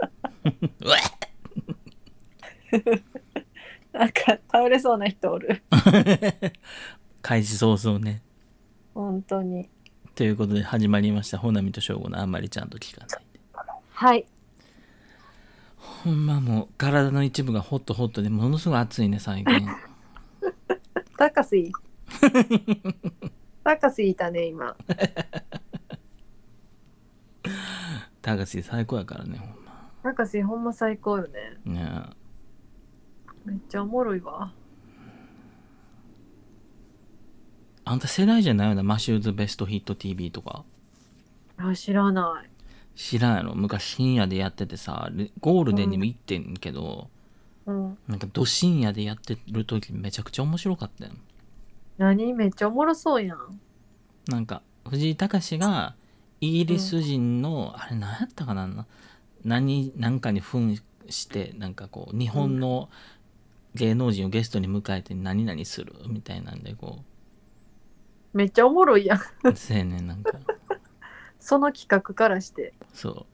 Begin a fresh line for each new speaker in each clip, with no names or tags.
うわ
なんか倒れそうな人おる。
っ開始早々ね。
本当に。
ということで始まりました、ほなみとしょうごのあんまりちゃんと聞かない。
はい。
ほんまもう体の一部がホットホットでものすごい暑いね、最近。
タカ スイ。タカスイいたね、今。
高橋最高やからね、ほんま。
タカスイほんま最高よね。
ね
めっちゃおもろいわ。
えあんた世代じゃないよな、マシューズベストヒット TV とか。
あ、知らない。
知らんやろ昔深夜でやっててさレゴールデンにも行ってんけど、
うん。
なんかど深夜でやってる時めちゃくちゃ面白かったよ
何めっちゃおもろそうやん。
なんか藤井隆がイギリス人の、あれ何やったかなな何何かに扮してなんかこう日本の芸能人をゲストに迎えて何々するみたいなんでこ
めっちゃおもろいやん。
うせえねんなんか
その企画からして。
そう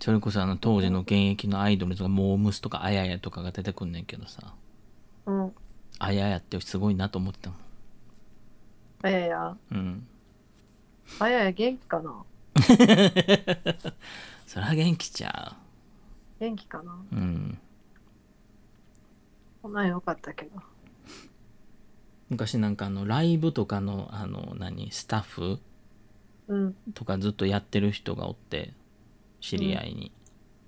それこそあの当時の現役のアイドルとかモームスとかあややとかが出てくんねんけどさ
うん。
あややってすごいなと思ってたもん
あやや。
うん。
あやや元気かな
そら元気ちゃ
元気かな
う。うん。
こんなんよかったけど。
昔なんかあのライブとかのあの何スタッフ
うん。
とかずっとやってる人がおって知り合いに、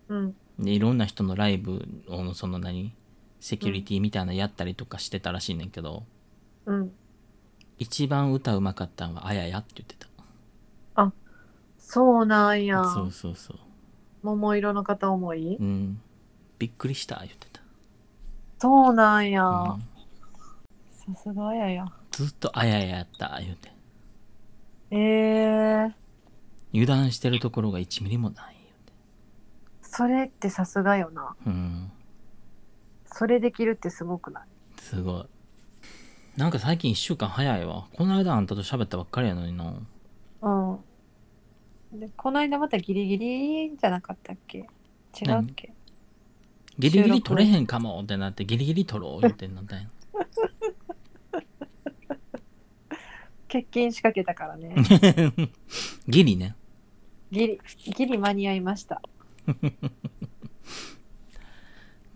うん。
でいろんな人のライブをその何セキュリティみたいなのやったりとかしてたらしいねんけど、
うん。
一番歌うまかったんはあややって言ってた
そうなんや。
そうそうそう
桃色の片思い、
うんびっくりした言ってた、
そうなんや。
うん
さすがあやや。
ずっとあやややった言うて
えー、
油断してるところが1ミリもない言うて
それってさすがよな。
うん
それできるってすごくない
すごい。なんか最近1週間早いわ。この間あんたと喋ったばっかりやのにな。
うん。で、この間またギリギリじゃなかったっけ違うっけ
ギリギリ取れへんかもってなって、ギリギリ取ろうってなったんや。
欠勤仕掛けたからね。
ギリね。
ギリ、ギリ間に合いました。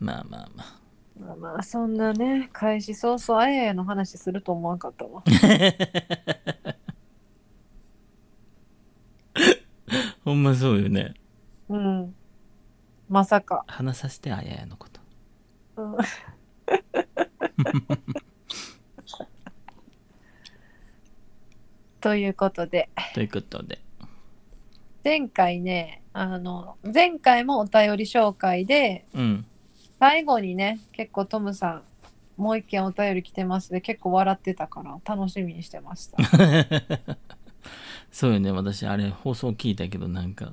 まあまあまあ。
まあまあ、そんなね、開始早々あややの話すると思わんかったわ。
ほんまそうよね。
うん。まさか。
話させてあややのこと。
うん、 ということで、
ということで。
前回ね、あの、前回もお便り紹介で、
うん。
最後にね結構トムさんもう一件お便り来てますで結構笑ってたから楽しみにしてました
そうよね。私、あれ、放送聞いたけど、なんか、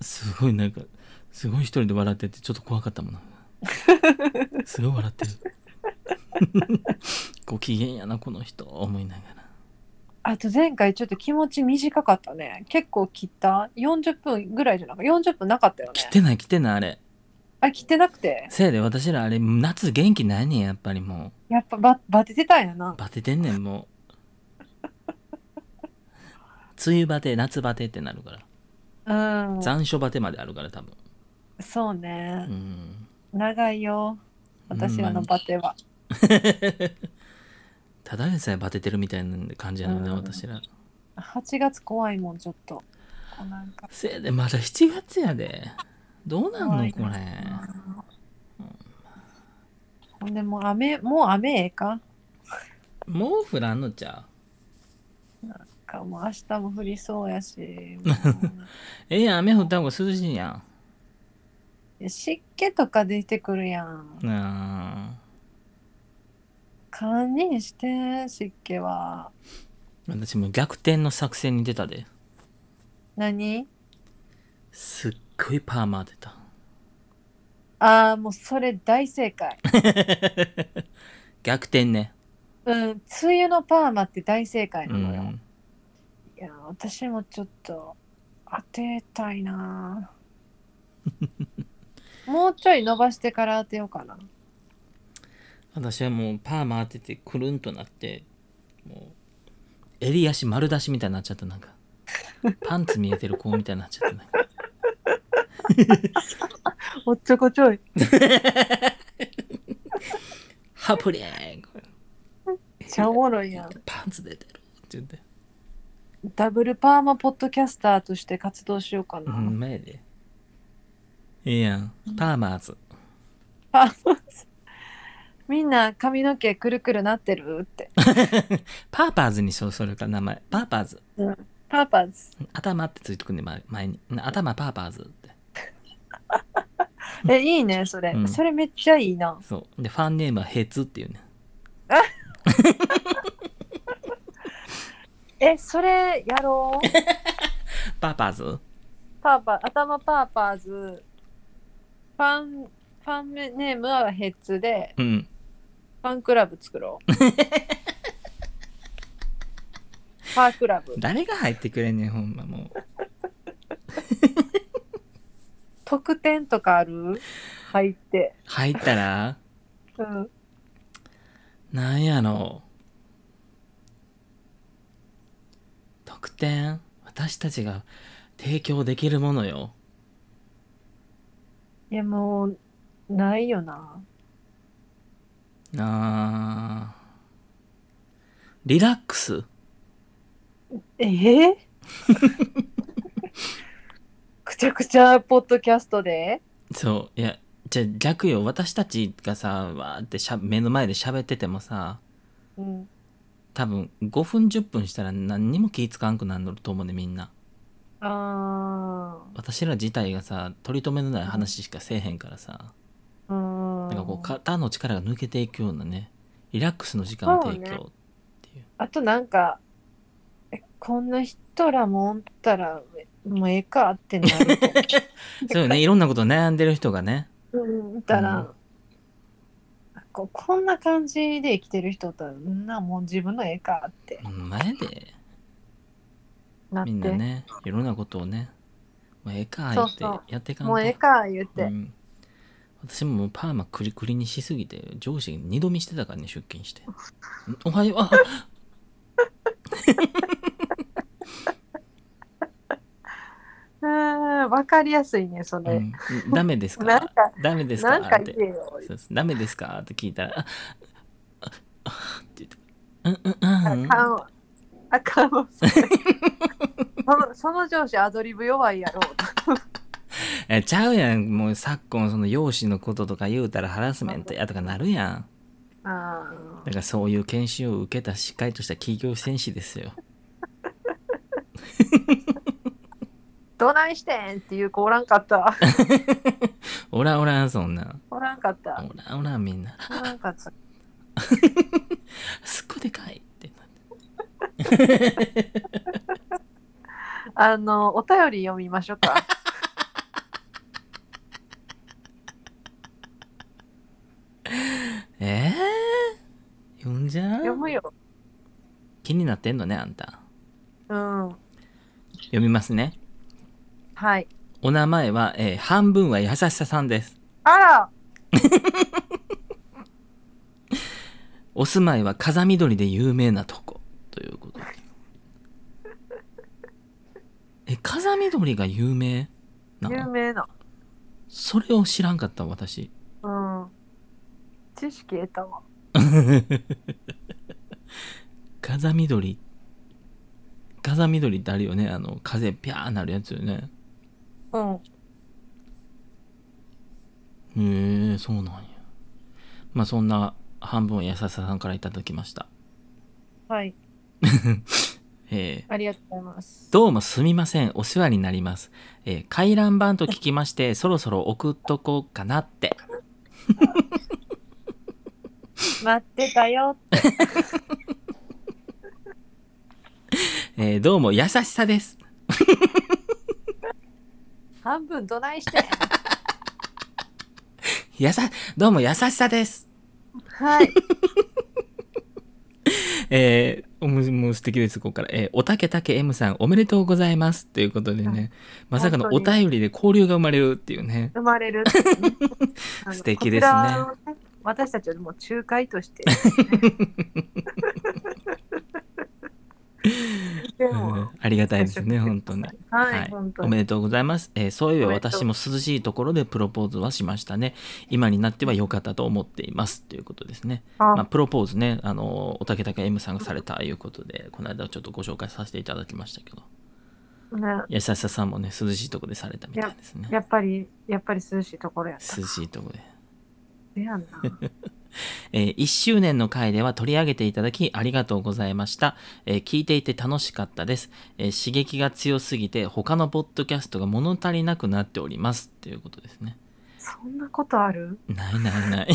すごいなんか、すごい一人で笑ってて、ちょっと怖かったもん な。すごい笑ってる。 ご機嫌やな、この人、思いながら。
あと前回ちょっと気持ち短かったね結構切った40分ぐらいじゃなかった40分なかったよね
来てない、来てない、あれ。
あ切ってなくて
せやで、私らあれ、夏元気ないねん、やっぱりも
やっぱババテてたんやな
う。バテてんねん、もう。梅雨バテ、夏バテってなるから。
うん
残暑バテまであるから、多分。
そう
う
ね、
ん。
長いよ私らのバテは、
ただでさえバテてるみたいな感じやのね、
うん
私ら。
8月怖いもんちょっとこうなんか
せやで、まだ7月やで。どうなん
怖
の
い
これ。
ほんでもう雨もう雨ええか
もう降らんのちゃ
かもう明日も降りそうや しもう
うええやん、雨降った方が涼しいや
湿気とか出てくるやん
ん。なあ。
堪忍して湿気は
私もう逆転の作戦に出たで。
何
すっごいパーマ当てた。
ああもうそれ大正 解
逆転ね。
うん梅雨のパーマって大正解
う
なのよ、
ん。
いや私もちょっと当てたいなもうちょい伸ばしてから当てようかな。
私はもうパーマ当ててくるんとなってもう襟足丸出しみたいになっちゃったなんか パンツ見えてる子みたいになっちゃったなんか
おっちょこちょい。
ハプニング
めっちゃおもろいやん。
パンツ出てるって言って
ダブルパーマポッドキャスターとして活動しようか
う
な。
ん前でいいやんパーマーズ
パーマみんな髪の毛くるくるなってるって。
パーパーズにそうそれから名前パーパーズ
パーパーズ。
頭ってついてくんね前前に頭パーパーズって
え、いいね、それ、
うん
それめっちゃいいな。
そうでファンネームはヘツっていうね
え、それやろう。
パーパーズ
パーパー、頭パーパーズ。ファン、ファンネームはヘッズで、
うん
ファンクラブ作ろう。ファークラブ。
誰が入ってくれんねんほんまもう
特典とかある入って。
入ったら
うん。
なんやろう特典私たちが提供できるものよ
いや、もう、ないよな。
あーリラックス
えー くちゃくちゃポッドキャストで
そういやじゃあ逆よ私たちがさわーってしゃ目の前で喋っててもさ
うん。
多分5分10分したら何にも気ぃつかんくなると思うねみんな
あ
私ら自体がさ取り留めのない話しかせえへんからさ
ー。うん。
なんかこう肩の力が抜けていくようなねリラックスの時間を提供、
そうねあとなんか、えこんな人らもおったら、もうええかってなる と思
そうよねいろんなこと悩んでる人がね
う。うん、たら、
うん
ここんな感じで生きてる人おったら、んなもう自分のええかって
前で
なって、
みんなねいろんなことをねもうええか
そ
言
う
って
そう
やっていかんと
もうええか言って、
うん、私ももうパーマクリクリにしすぎて上司に二度見してたからね出勤して「お はようあ」
うーん、わかりやすいね、それ。
うん「ダメです
なん
か
か
ダメです
な
か?」っ
んか
て
言えよ。
そうです「ダメですか?」って聞いたら「ああああって言って「うんうんうんうん
あかんわ。あかんわ。 それそのその上司アドリブ弱いやろ。
えちゃうやんもう昨今その容姿のこととか言うたらハラスメントやとかなるやん
あ
だからそういう研修を受けたしっかりとした企業戦士ですよ
ーどないしてんっていう子おらんかった。
おらんおらんそんなん
おらんかった。
おらんおらんみんな
おらんかった。
すっごいでかいってな
あの、お便り読みましょうか。
ええ読んじゃ
読
う
むよ。
気になってんのねあんた
うん。
読みますね
はい。
お名前は、えー半分は優しささんです
あら
お住まいは風緑で有名なとこということでえ風緑が有名な
有
の
名な。
それを知らんかった私
うん。知識得たわ。
風緑風緑ってあるよねあの風ピャーなるやつよね
うん。
へえそうなんやまあそんな半分は優しささんからいただきました
はい。
えー
ありがとうございます。
どうもすみません。お世話になります。えー回覧板と聞きまして、 そろそろ送っとこうかなって。
待ってたよ。
えーどうも優しさです。
半分どないしてん。
やさ、どうも優しさです。
はい。
えーもうもう素敵ですここから、えーおたけたけ M さんおめでとうございますということで
は
ねまさかのお
本当
便りで交流が生まれるっていうね
生まれるっていう ねあの
素敵ですね
こちらをね私たちはもう仲介と して、意見を
うんありがたいで すね本当に。
はい、
はい
本当
お
に
めでとうございます、えーそういえば
おめでとう
私も涼しいところでプロポーズはしましたね今になっては良かったと思っていますということですね
あ
まあ、プロポーズね、あの、おたけたけ M さんがされたということで、この間ちょっとご紹介させていただきましたけど、
ね
安田さんもね、涼しいとこでされたみたいですね。
やっぱりやっぱり涼しいところやった
涼しいとこで。
せやんな
えー1周年の回では取り上げていただきありがとうございました。えー聞いていて楽しかったです、えー刺激が強すぎて、他のポッドキャストが物足りなくなっております。ということですね。
そんなことある
ないないない。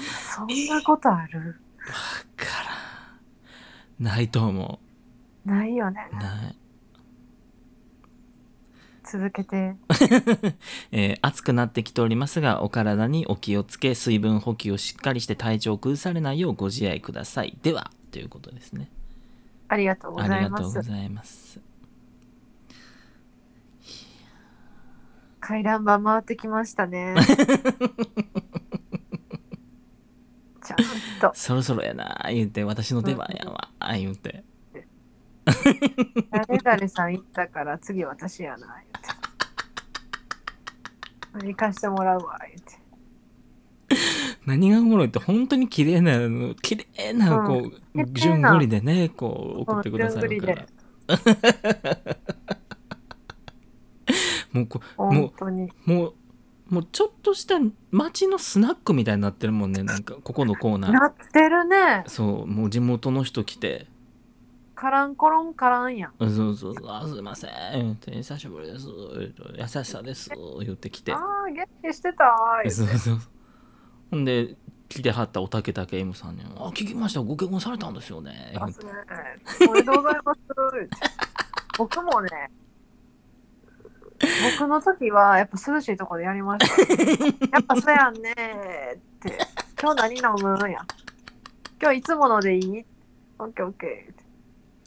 そんなことある
からんないと思
ないよね
う。ない。
続けて
えー暑くなってきておりますがお体にお気をつけ水分補給をしっかりして体調を崩されないようご自愛くださいではということですね
ありがとうご
あ
ざい
りが
ま
とうご
す
ざいます
回覧板回ってきました ねちゃんと
そろそろやな言うて私の出番やわ言うて
誰々さん行ったから次私やな言うて行かしてもらうわ言うて
何がおもろいって本当に綺麗な綺麗なこう、
うん綺麗
順
な
繰りでねこう送ってくださる
う
か
ん
らもうこうもう
本当に
もうもうちょっとした街のスナックみたいになってるもんねなんかここのコーナー
なってるね
そうもう地元の人来て
カランコロンカランやん
「そうそうそうあすいません」って「久しぶりです」優しさです」言ってきて
ああ元気してた言うて
そうそうほんで来てはったおたけたけ M さんに「あ聞きましたご結婚されたんですよね」
ますね。おめでとうございます。僕もね、僕の時はやっぱ涼しいところでやりました。 やっぱそうやんねーって。今日何飲むんや。今日いつものでいいオッケーオッケ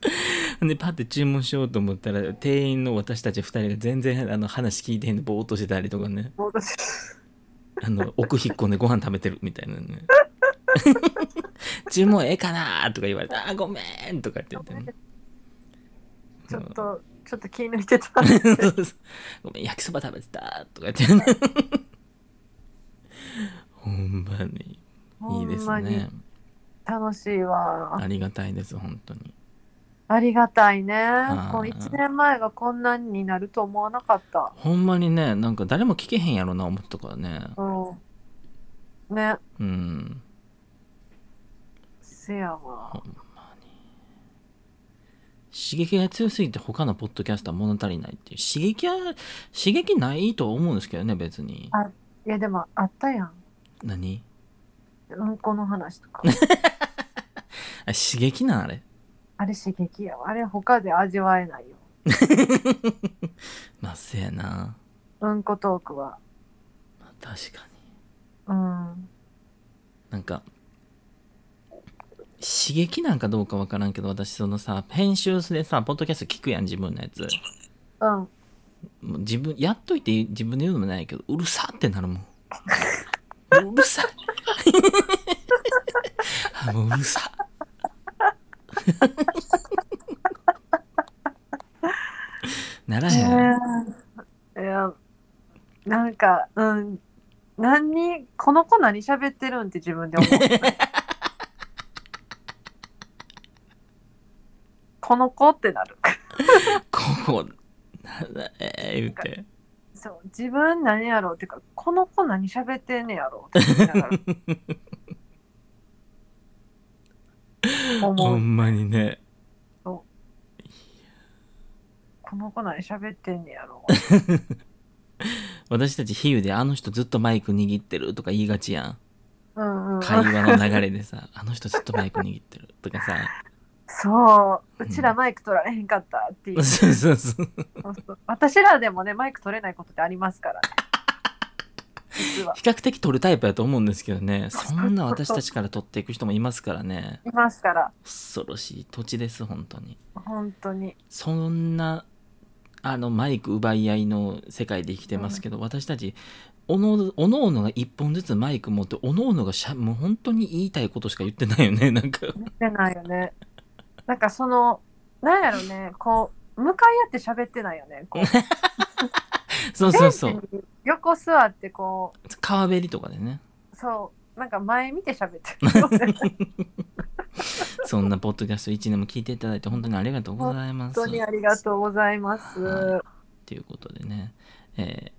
ー。
ほんでパッて注文しようと思ったら店員の私たち2人が全然あの話聞いてへんでぼーっとしてたりとかね
もう私
あの奥引っ込んでご飯食べてるみたいなね注文ええかなとか言われて「あーごめん」とかって言ってね
ちょっと、ちょっと気抜 いてた。
ごめん、焼きそば食べてたとか言ってね。 ほんまに。いいで
ほ
す
んまに
ね。
楽しいわ。
ありがたいです、本当に。
ありがたいね
あー。
こう1年前がこんなになると思わなかった。
ほんまにね、なんか誰も聞けへんやろな、思ってたからね。
うん。ね、
うん。
せやわ。
ほんまに。刺激が強すぎて他のポッドキャストは物足りないっていう。刺激は、刺激ないと思うんですけどね、別に。
あいやでもあったやん。
何
うんこの話とか。
あ刺激なんあれ。
あれ刺激やわ。あれ他で味わえないよ。
まあ、せやな。
うんこトークは。
まあ確かに。
うん。
なんか刺激なんかどうかわからんけど私そのさ編集でさポッドキャスト聞くやん自分のやつ
うん。
もう自分やっといて自分で言うのもないけどうるさってなるもんうるさい あもううるさなら
ねえ
へん、
いや、なんか、うん。何、この子何喋ってるんって自分 で思う。この子ってなる。
ここならえー言うて
そう自分何やろうっていうかこの子何喋ってんねやろうって思いな がら
ほ
思うん
まにね
この子何喋ってんねやろ
私たち比喩であの人ずっとマイク握ってるとか言いがちやん
う うんうん
会話の流れでさ「あの人ずっとマイク握ってる」とか さ
そううちらマイク取られへんかったっていう
そうそうそう
そうそう私らでもねマイク取れないことってありますからね実は
比較的取るタイプやと思うんですけどねそんな私たちから取っていく人もいますからね
いますから
恐ろしい土地です本当に
本当に
そんなあのマイク奪い合いの世界で生きてますけど、私たちおのおのおのが1本ずつマイク持っておのおのがしゃもう本当に言いたいことしか言ってないよねな んか
見てないよねなんかそのなんやろねこう向かい合って喋ってないよねこう
そうそうそう
ベンチに横座ってこ
川べりとかでね
うそうなんか前見て喋ってる
そんなポッドキャスト1年も聞いていただいて本当にありがとうございます
本当にありがとうございます、
はということでね、えー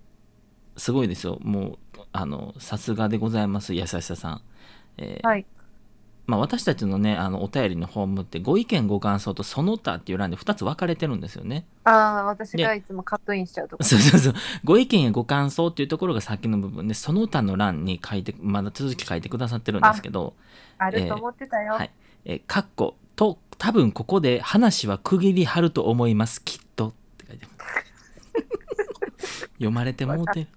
すごいですよもうあのさすがでございます優しささん、えー
はい
まあ、私たちのねあのお便りのフォームってご意見ご感想とその他っていう欄で2つ分かれてるんですよね
ああ私がいつもカットインしちゃうとこ
そうそうそうご意見やご感想っていうところが先の部分でその他の欄に書いてまだ続き書いてくださってるんですけど
あると思ってたよ、
はいえー、かっこと多分ここで話は区切り張ると思いますきっとって書いてます読まれてもうてる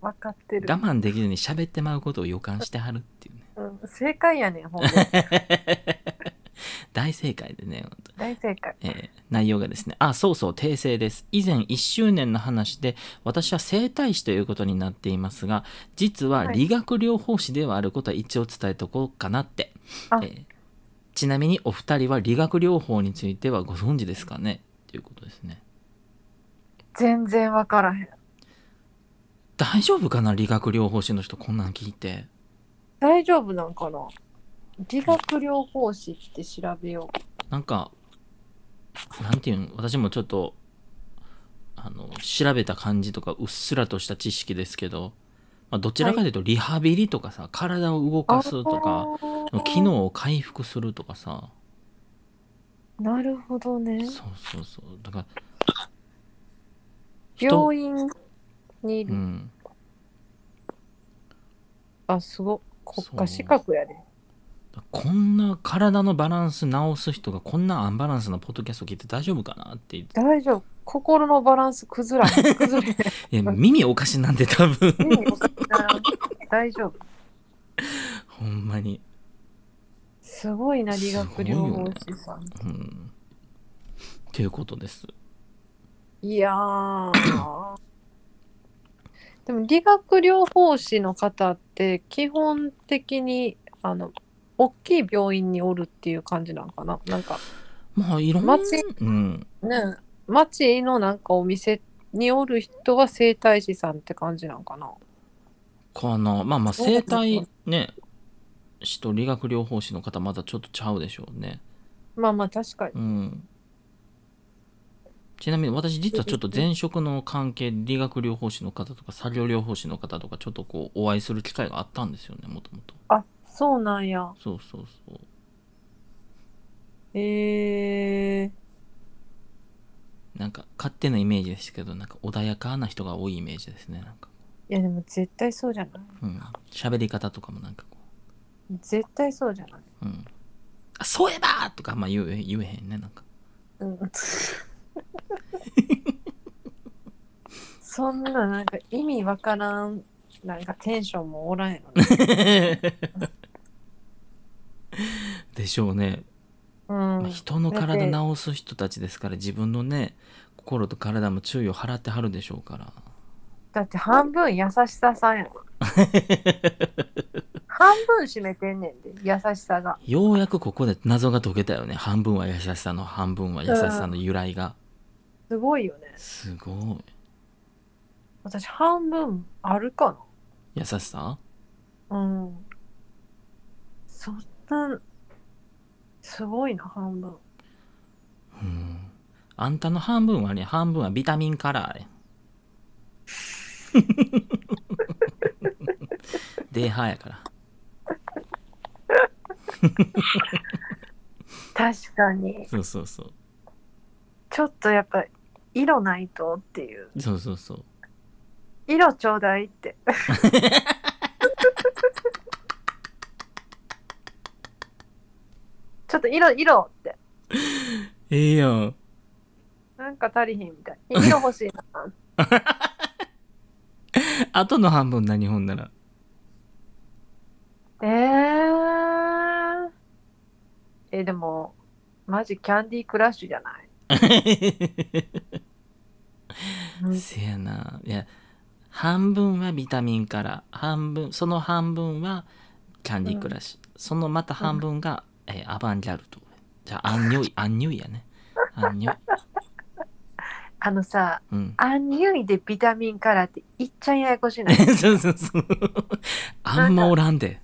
分かってる、
我慢できずに喋ってまうことを予感してはるっていうね
うん、正解やねんほんま
大正解でね、本当
大正解
えー内容がですねあそうそう訂正です以前1周年の話で私は整体師ということになっていますが実は
はい
理学療法士ではあることは一応伝えとこうかなって、
あ
えーちなみにお二人は理学療法についてはご存知ですかねということですね
全然分からへん
大丈夫かな理学療法士の人こんなん聞いて
大丈夫なんかな理学療法士って調べよ
なんか、なんていうの、私もちょっと、あの、調べた感じとか、うっすらとした知識ですけど、まあ、どちらかというと、リハビリとかさ、体を動
う。
かすとか、
あー
機能を回復するとかさ、
なるほどね
そう。そうそう。だから、人、
病院にいうる。
ん、
あ、すごっ。国
そう
家資格やね。
こんな体のバランス直す人が、こんなアンバランスなポッドキャスト聞いて大丈夫かなって言って、
大丈夫。心のバランス崩ら へん。崩れへん。
いや耳おかしなんで多分、
意味わからん大丈夫。
ほんまに。
すごいな、理学療法士さん。
うん。ということです。
いやー。でも理学療法士の方って基本的にあの大きい病院におるっていう感じなんかななんか
まあ、いろんな、
街
うん。
ね町のなんかお店におる人は整体師さんって感じなんかな
かなまあまあ
そうなんで
整
すか
体ね師と理学療法士の方まだちょっとちゃうでしょうね
まあまあ確かに
うんちなみに私実はちょっと前職の関係で理学療法士の方とか作業療法士の方とかちょっとこうお会いする機会があったんですよねもともと
あそうなんや
そうそうそう
えー、
なんか勝手なイメージですけどなんか穏やかな人が多いイメージですねなんか
いやでも絶対そうじゃない
うん喋り方とかもなんかこ
絶対そうじゃないう
うんあそういえばとかあんま言え言えへんねなんか
うんそんななんか意味わからんなんかテンションもおらんやろね
でしょうね、
うん
まあ、人の体治す人たちですから自分のね心と体も注意を払ってはるでしょうから
だって半分優しささんやろ半分占めてんねんで優しさが
ようやくここで謎が解けたよね半分は優しさの半分は優しさの由来が、
すごいよね
すごい
私半分あるか
優しさ
なうんそんなすごいな半分
うんあんたの半分はね半分はビタミンカラーや デーハーやから
確かに
そうそうそう
ちょっとやっぱ色ないとっていう
そうそうそう
色ちょうだいって ちょっと色色って
ええやん
なんか足りひんみたい色欲しいな
あとの半分何本なら
えー、えでもマジキャンディークラッシュじゃ ない、うん
せやないや半分はビタミンから半分その半分はキャンディークラッシュ、そのまた半分が、えーアバンギャルドじゃあアンニョイアンニョイやねアンニョイ
あのさ
うん
アンニュイでビタミンカラーっていっちゃんややこしい ない
そうそうそうあんまおらんで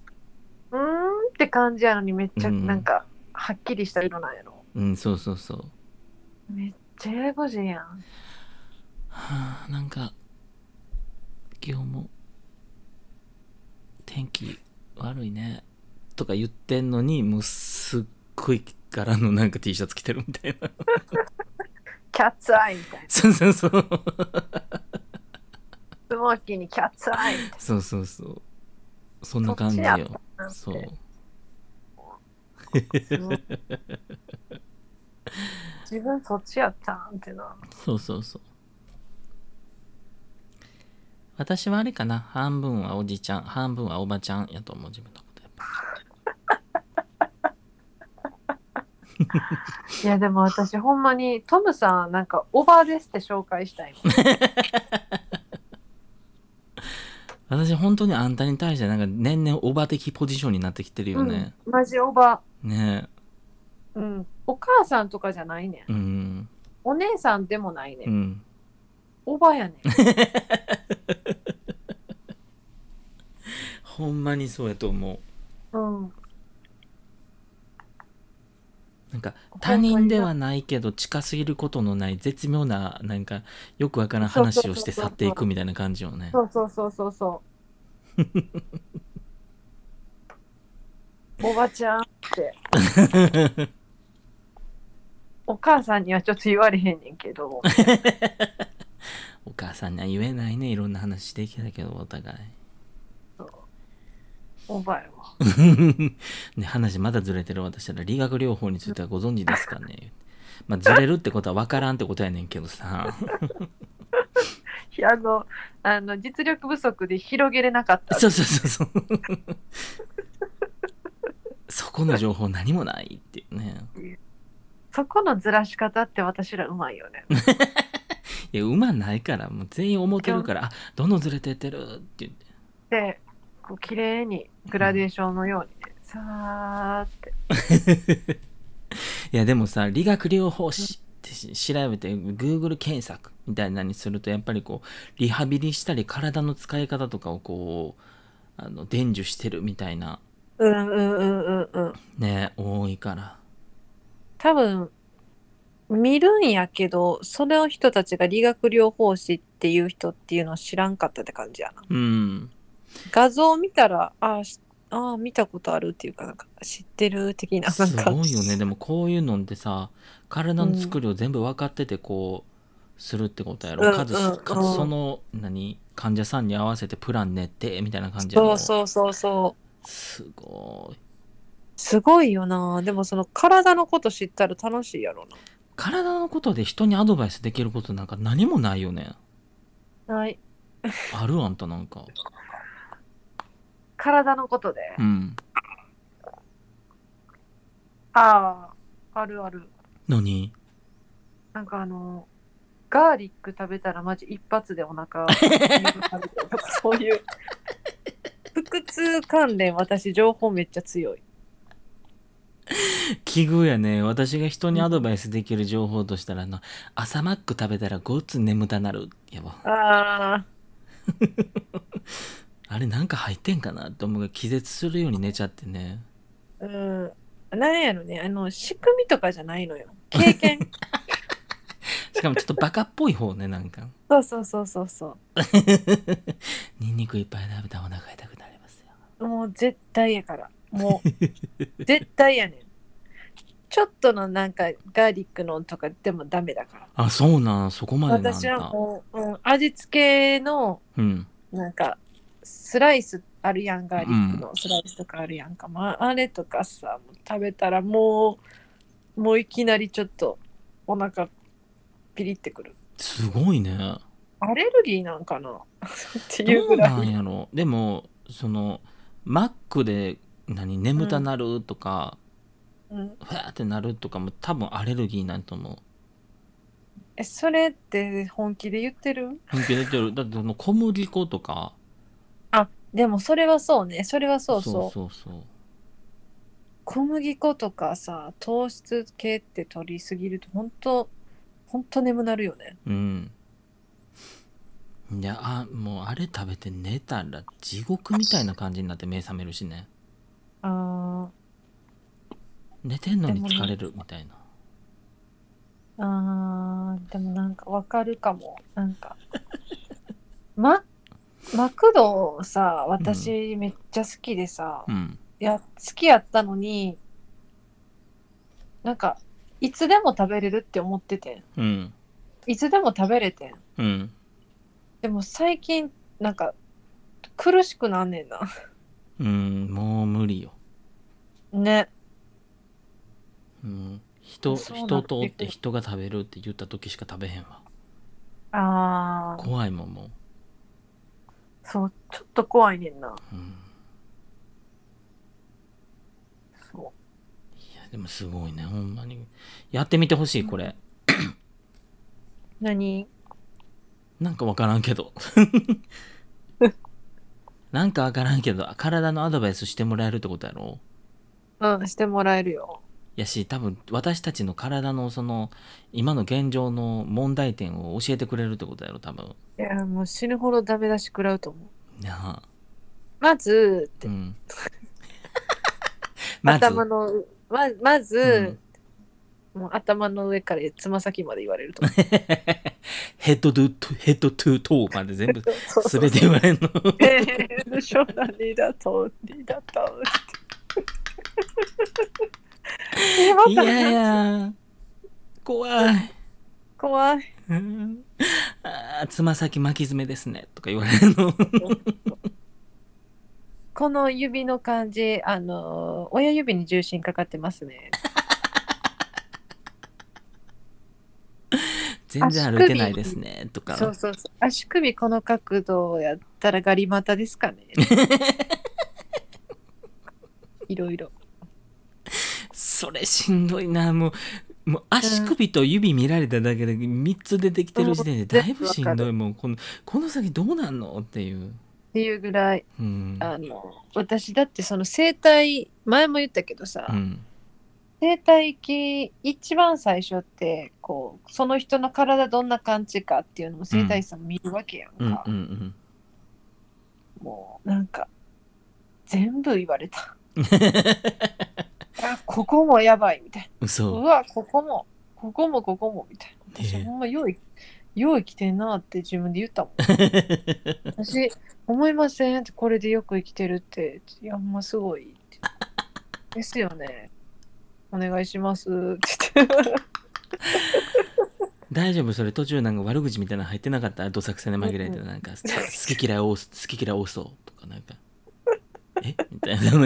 うーんって感じやのにめっちゃ
うん
なんかはっきりした色なんやろ
うんそうそうそう
めっちゃややこしいやん
はあなんか今日も天気悪いねとか言ってんのにもうすっごい柄のなんか T シャツ着てるみたいな
キャッツアイみたいな
そうそうそう
スモーキーにキャッツアイみたい
そうそうそうそんな感じ
そっちや
よ
な
そう
そう自分そっちやったんってな
そうそうそう私はあれかな半分はおじちゃん半分はおばちゃんやと思う自分のことやっぱ
いやでも私ほんまにトムさんなんかオーバーですって紹介したいもん
私本当にあんたに対してなんか年々おば的ポジションになってきてるよね、
うん、マジオーバ
ね
ー、うん、お母さんとかじゃないねん
えうん
お姉さんでもないねん、
うん
おばやねん
ほんまにそうやと思う
うん
なんか他人ではないけど近すぎることのない絶妙ななんかよくわからん話をして去っていくみたいな感じよね
そうそうそうそうそう おばちゃんってお母さんにはちょっと言われへんねんけ ど
お母さんには言えないねいろんな話してきたけどお 互い
おばやわ
で話まだずれてる私ら理学療法についてはご存知ですかねまあずれるってことはわからんってことやねんけ どさ
いやあのあの実力不足で広げれなかった
そうそうそうそうそこの情報何もないっていうね
そこのずらし方って私らうまいよね。
いや馬ないからもう全員思ってるからあどんどんずれてってるって言って
で、こう綺麗にグラデーションのようにね、さーって。
いやでもさ理学療法士ってし調べて Google 検索みたいなのにするとやっぱりこうリハビリしたり体の使い方とかをこうあの伝授してるみたいな
うんうんうんうんうん。
ね多いから
多分見るんやけど、その人たちが理学療法士っていう人っていうのは知らんかったって感じやな。
うん
画像見たら、あーしあー、見たことあるっていうか、なんか知ってる的な。なん
す
か
ごいよねでもこういうのってさ体の作りを全部分かっててこうするってことやろ、
うん
かつ
うん
かつその何患者さんに合わせてプラン練ってみたいな感じや
そ
ろ
うそうそうそう。
すごい
すごいよな。でもその体のこと知ったら楽しいやろ
体のことで人にアドバイスできることなんか何もないよね
な。はい。
あるあんたなんか。
体のことで。
うん。
ああ、あるある。
何
なんかあの、ガーリック食べたらマジ一発でお 腹食べてるとか、そういう。腹痛関連、私、情報めっちゃ強い。
奇遇やね。私が人にアドバイスできる情報としたら、あの、朝マック食べたらごっつ眠たなる。やば。
ああ、
あれなんか入ってんかなと思うが気絶するように寝ちゃってね。
うん。なんやろね、あの、仕組みとかじゃないのよ。経 験。
しかもちょっとバカっぽい方ね、なんか。
そうそうそうそうそ
ニンニクいっぱい食べたらお腹痛くなりますよ。
う。もう絶対やから。もう、絶対やねん。ちょっとのなんかガーリックのとかでもダメだから。
あ、そうなん。そこまでなんだ。
私はもう、うん、味付けの
うん。
なんかスライスあるやんガーリックのスライスとかあるやんか、まあ、あれとかさもう食べたらもうもういきなりちょっとお腹ピリってくる
すごいね。
アレルギーなんかな っていう
どう
ぐらい。
なんやろでもそのマックで何眠たなるとか、
うん
ふわーってなるとかも多分アレルギーなんと思う
えそれって本気で言ってる
本気で出 てるだってその小麦粉とか
でもそれはそうねそれはそうそう
そうそうそう
小麦粉とかさ糖質系って取りすぎると本当本当眠なるよね
うん。いや、あ、もうあれ食べて寝たら地獄みたいな感じになって目覚めるしね。
あ
寝てんのに疲れるみたいな。
ーあーでもなんかわかるかもなん かママクドさ私めっちゃ好きでさ、
うん。
いや、好きやったのに、なんか、いつでも食べれるって思っててん。
うん。
いつでも食べれてん。
うん。
でも最近、なんか、苦しくなんねんな。
うん、もう無理よ。
ね。
うん。人、
そうな
人
ってく
と
る
おって人が食べるって言った時しか食べへんわ。
ああ、
怖いもん、も
そう、ちょっと怖いねんな。
う。うん。
そ
いや、でもすごいね、ほんまに。やってみてほしい、これ。
う。何
なんかわからん けど。なんかわからんけど、体のアドバイスしてもらえるってことやろ
うん、してもらえるよ。
やし多分私たちの体のその今の現状の問題点を教えてくれるってことやろ多分
いや、もう死ぬほどダメ出し食らうと思う。
なあ
まず、って
うんまず
頭の、ままず、
う
もう頭の上からつま先まで言われると思
ん ヘッドトゥトゥヘッドトゥトーまで全部
う。
全て言われんの
えー、しょうがリーダーとリーダー とって。ま
い
た
やいや怖い
怖い。
うんあーつま先巻き爪ですねとか言われるの
この指の感じ、あのー親指に重心かかってますね。
全然歩けないですねとか
そうそうそう。足首この角度やったらガリ股ですかね。 いろいろ。
それしんどいなもうもう足首と指見られただけで3つ出てきてる時点でだいぶしんどいもうこのこの先どうなんのっていう、
っていうぐらい、
うん
あの私だってその整体前も言ったけどさ、
うん
生体器一番最初ってこうその人の体どんな感じかっていうのも生体師さんも見るわけやん
うんうん
か
う、ん
もうなんか全部言われたあここもやばいみたいなう
嘘
わここもここもここもみたいな私
ねえ
ほんま用意用意きてんなって自分で言 ったもん私思いませんってこれでよく生きてるっていやほんますごいってですよねお願いしますって言って
大丈夫それ途中なんか悪口みたいなの入ってなかったどさくさに紛れてなんか好き好き嫌い多す好き嫌い多そうとかなんかえみたいな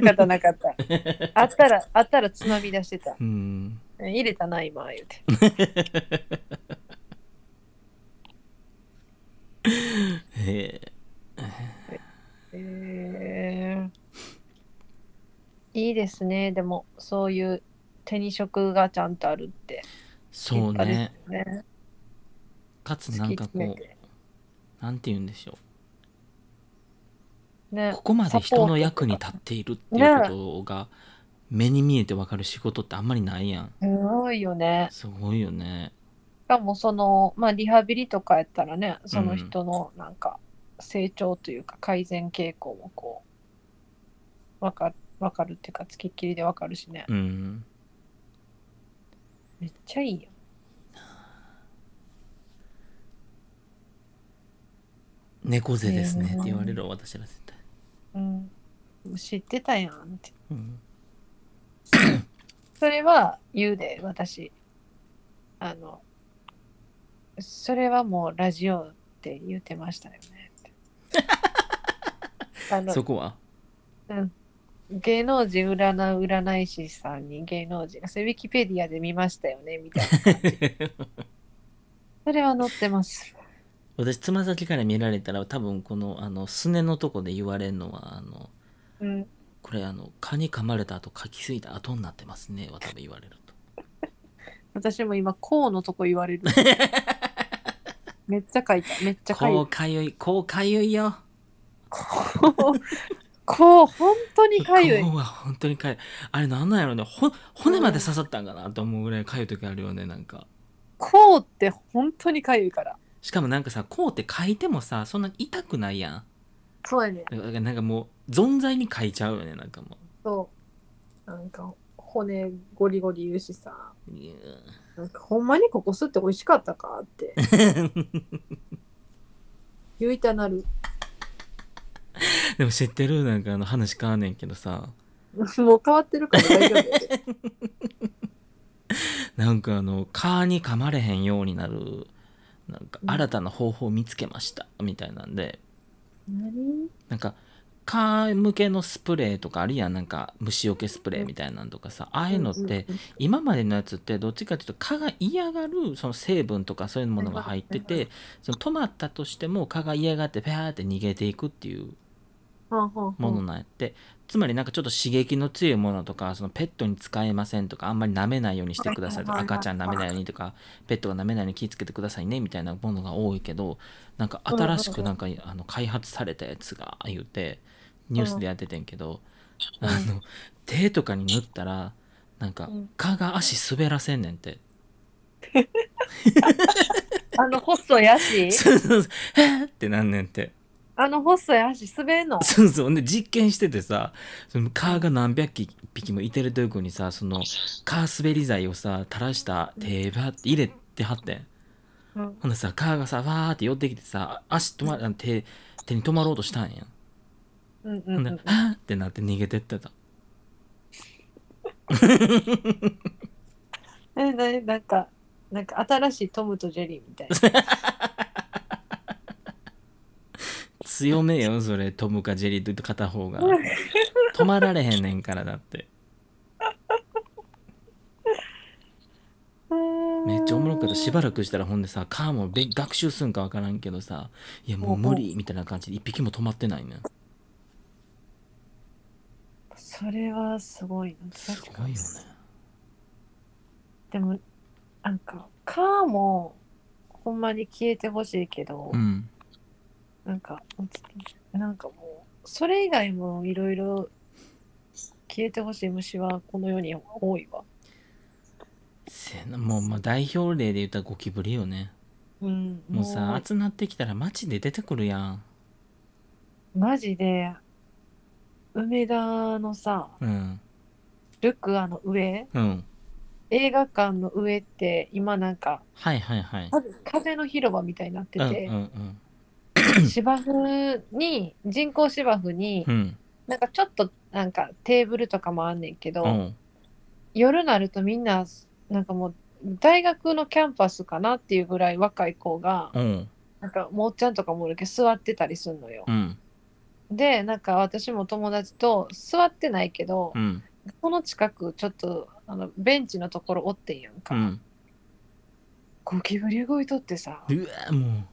な
なか
んか
ったなかった。あったら、あったらつまみ出してた。
うん
入れたな、今、言うて。
へえ
えー、いいですね。でも、そういう手に職がちゃんとあるって。
そう
立派
ね
ですね。
かつ
突
なん
き
か
詰め
こ
て。
うなんて言うんでしょう
ね
ここまで人の役に立っているっていうことが目に見えてわかる仕事ってあんまりないやん。
すごいよね。
すごいよね。
しかも、その、まあ、リハビリとかやったらね、その人の、なんか、成長というか、改善傾向もこう、わかる、わかるっていうか、つきっきりでわかるしね。
うん。
めっちゃいいよ。
猫背ですねって言われるわ私ら絶対。
うん、知ってたやんって
うん。
それは言うで私あのそれはもうラジオって言ってましたよ ねってあの
そこ は
芸能人占う占い 師さんに芸能人それウィキペディアで見ましたよねみたいなそれは載ってます。
私つま先から見られたら多分このあのすねのとこで言われるのはあの
うん。
これあの蚊に噛まれた後かきすぎた後になってますねは多分言われると
私も今、こうのとこ言われ る。めっちゃ書いた。めっちゃ書
こう
い
かゆいこうかゆいよ
た。こう、こう、本当にかゆい
こ。うは本当にかゆいあれなんなんやろねほ骨まで刺さったんかなと思うぐらいかゆい時あるよねなんか
こうって本当にかゆいから。
しかもなんかさこうって書いてもさそんな痛くないやん
そうやね。
だからなんかもう存在に書いちゃうよねなんかも
そう。なんか、骨ゴリゴリ言うしさ。
ういや
なんか、ほんまにここ吸って美味しかったか って。言いたなる。
でも知ってるなんかあの話変わんねんけどさ
もう変わってるから大丈夫やで。
なんかあの蚊に噛まれへんようになるなんか新たな方法を見つけました、みたいなんで
何
なんか蚊向けのスプレーとかあるやんなんか虫除けスプレーみたいなんとか さああいうのって今までのやつってどっちかっていうと蚊が嫌がるその成分とかそういうものが入って
はい
てその止まったとしても蚊が嫌がってペアーって逃げていくっていう
はんはん
も
は
の
ん
なんやって、つまりなんかちょっと刺激の強いものとかそのペットに使えませんとかあんまり舐めないようにしてくださいとか
はいはいはい
赤ちゃん舐めないようにとかペットが舐めないように気をつけてくださいねみたいなものが多いけどなんか新しくなんかあの開発されたやつが言うてニュースでやっててんけど
うん
あの手とかに塗ったらなんか
うん
蚊が足滑らせんねんって。
あの細い足
そうそうそうえーってなんねんって。
あの細い足滑んの
そうそう。で、実験しててさ、その蚊が何百匹もいてるとこにさ、その蚊滑り剤をさ、垂らした手ばって入れてはってん。
うん
ほんでさ、蚊がさ、わーって寄ってきてさ、足止まら、手、手に止まろうとしたんや。
うん
ほ
うんん
で、
う
は
ん
ーってなって逃げてってた。
えななんかなんか新しいトムとジェリーみたいな
強めよ、それ、トムかジェリーと片方が。止まられへんねんから、だって。 めっちゃおもろかったしばらくしたらほんでさカーもべ学習すんかわからんけどさいやもう無理みたいな感じで一匹も止まってないねん
それはすごいな
すごいよね
でもなんかカーもほんまに消えてほしいけど、
うん
なんかなんかもうそれ以外もいろいろ消えてほしい虫はこの世に多いわ
せやなもうまあ代表例で言ったらゴキブリよね
うん
もうさ暑なってきたら街で出てくるやん
マジで梅田のさ
うん
ルクアの上
うん
映画館の上って今なんか
はいはいはい
風の広場みたいになって
うんうん
て、
うん
芝生に人工芝生に、
うん
なんかちょっとなんかテーブルとかもあんねんけど、
うん
夜になるとみんななんかもう大学のキャンパスかなっていうぐらい若い子が、
うん
なんかもうちゃんとかもおるけど座ってたりすんのよ
う、ん
でなんか私も友達と座ってないけど、
うん
この近くちょっとあのベンチのところおってんやんか、
うん
ゴキブリ動いとってさ
うわも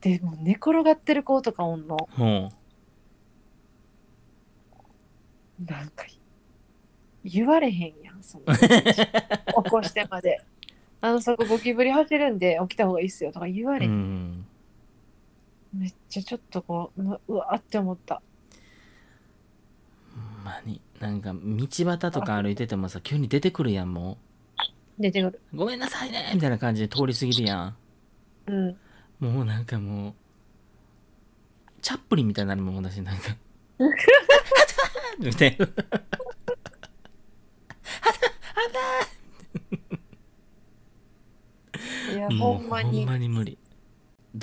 でもう寝転がってる子とかおんの
うも
なんか言われへんやんその 起こしてまであのそこゴキブリ走るんで起きた方がいいっすよとか言わ
う
れ
う
へん、
ん
めっちゃちょっとこううわうわーって思った
ほんまになんか道端とか歩いててもさ急に出てくるやんもう
出てくる
ごめんなさいねみたいな感じで通り過ぎるや
うん
ん。もうなんかもう、チャップリンみたいになるもん、私な んか。 みたいな。
いや
も
ほ
うん
まに
無理。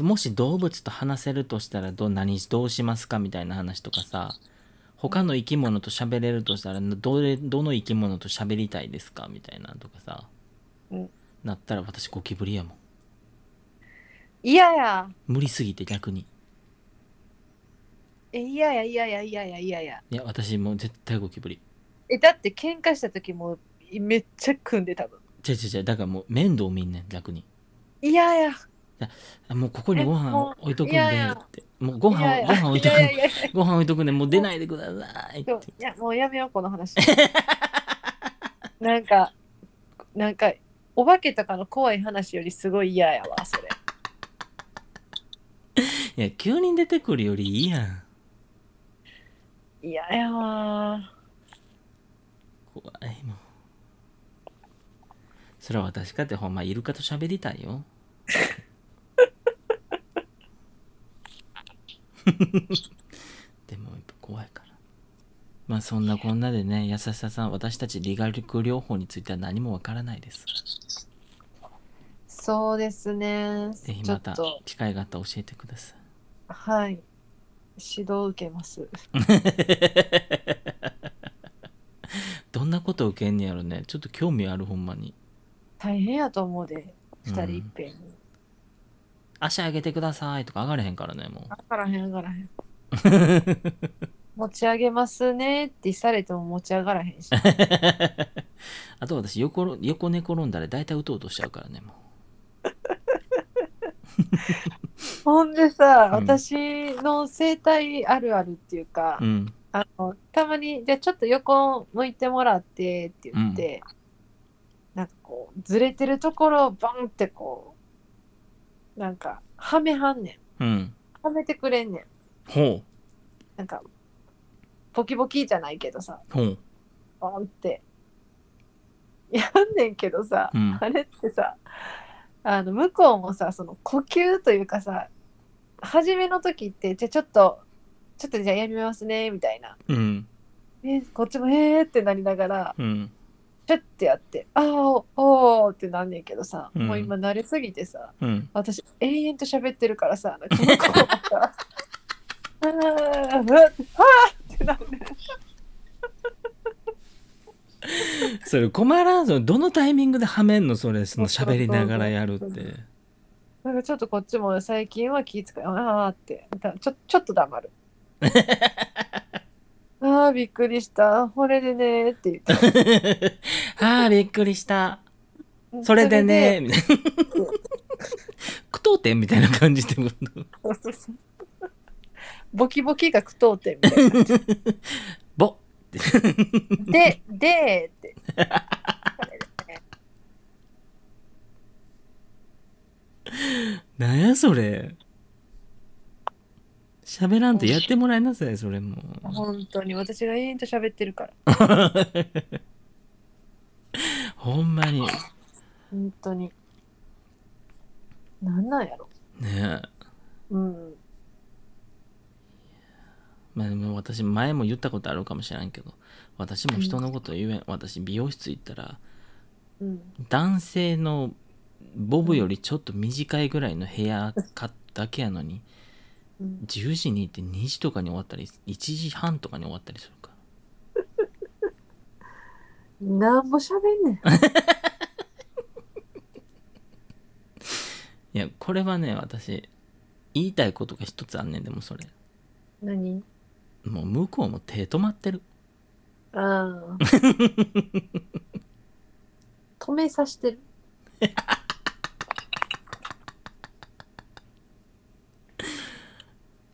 もし動物と話せるとしたらど何どうしますかみたいな話とかさ他の生き物と喋れるとしたらどれどの生き物と喋りたいですかみたいなとかさ、
うん
なったら私ゴキブリやもん
嫌や
無理すぎて逆に
え嫌や嫌や嫌や嫌や
いや私もう絶対ゴキブリ
えだって喧嘩した時もめっちゃ組んで多分
違う違う違うだからもう面倒見んねん逆に
いやいや
あもうここにご
え
飯
も
置いとくん
い
で
やいや
ってもうご
いや
飯
い
を
や
ご飯置いとくん
いやいやいや
ご飯置いとくんでもう出ないでくださいっ
でも
て
いやもうやめようこの 話なんかなんかお化けとかの怖い話よりすごい嫌やわそれ
いや急に出てくるよりいいやん
嫌やわ
怖いもんそれは私かってほんまイルカと喋りたいよでもやっぱ怖いからまあそんなこんなでね優しささん私たち理学療法については何もわからないです
そうですね
ぜひ
ちょ
ま
ったと
機会があったら教えてください
はい指導受けます
どんなこと受けんねやろねちょっと興味あるほんまに
大変やと思うで
うん
二人いっぺんに、
足上げてくださいとか上がれへんからねも
上がらへん上がらへ ん持ち上げますねってされても持ち上がらへ んし
う あと私横横寝転んだら大体打とうとしちゃうからねも
ほんでさ、
うん
私の生体あるあるっていうか、
ううん
あのたまにじゃあちょっと横向いてもらってって言って、なんかこうずれてるところをバンってこうなんかはめはんね
うん
んはめてくれんねん
ほ
なんかボキボキじゃないけどさ
うほう
バンってやんねんけどさ、
うん
あれってさあの向こうもさその呼吸というかさ初めの時ってじゃあちょっとちょっとじゃあやめますねみたいな、
うん
えこっちもへーってなりながら
うん
ちょってやって、あーおおーってなんねんけどさ、
うん
もう今慣れすぎてさ、
うん
私永遠と喋ってるからさ、 なんか向こうもさ、あーうわっあーってなんねん。
それ困らんぞどのタイミングではめんのそれその喋りながらやるって
なんかちょっとこっちも最近は気遣い、あーって、だちょちょっと黙 る。ああ、びっくりした。これでねーって言って。
あーびっくりした それでねみたいな句読点みたいな感じで
それで。そうそうそうボキボキが句読点みたいな。
ぼ
で、でーって。
なんやそれ喋らんとやってもらいなさいそれも
本当に私が永遠と喋ってるから。
ほんまに
本当に。なんなんやろ。
ねえ
うん。
まあ、でも私前も言ったことあるかもしれんけど私も人のこと言えん、私美容室行ったら
うん。
男性のボブよりちょっと短いぐらいのヘアカットだけやのに
うん、
10時に行って2時とかに終わったり1時半とかに終わったりするから
なんぼ喋ん ねん。
いやこれはね私言いたいことが一つあんねんでもそれ
何
もう向こうも手止まってる
ああ。 止めさしてる。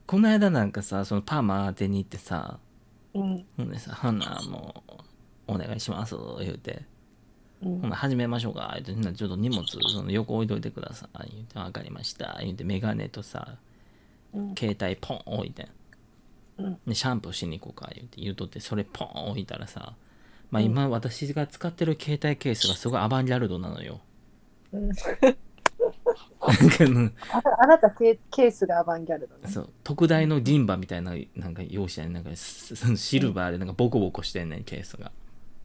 この間なんかさそのパーマ当てに行ってさ
うん。
ほんでさ「ハンナもうお願いします」言うて
う
ほ
ん。
な始めましょうか。言うてほなちょっと荷物、その横置いといてください。言うて、わかりました。言うて、メガネとさ、
うん。
携帯ポン置いて。
うん
で、シャンプーしに行こうか。言うて、言うとって、それポン置いたらさ、まあ今私が使ってる携帯ケースがすごいアバンギャルドなのよ。
うん
なんかあの
ああなたケケースがアバンギャルドね。
そう、特大の銀歯みたいな、なんか容姿やねなんかすすシルバーでなんかボコボコしてんねん、ケースが。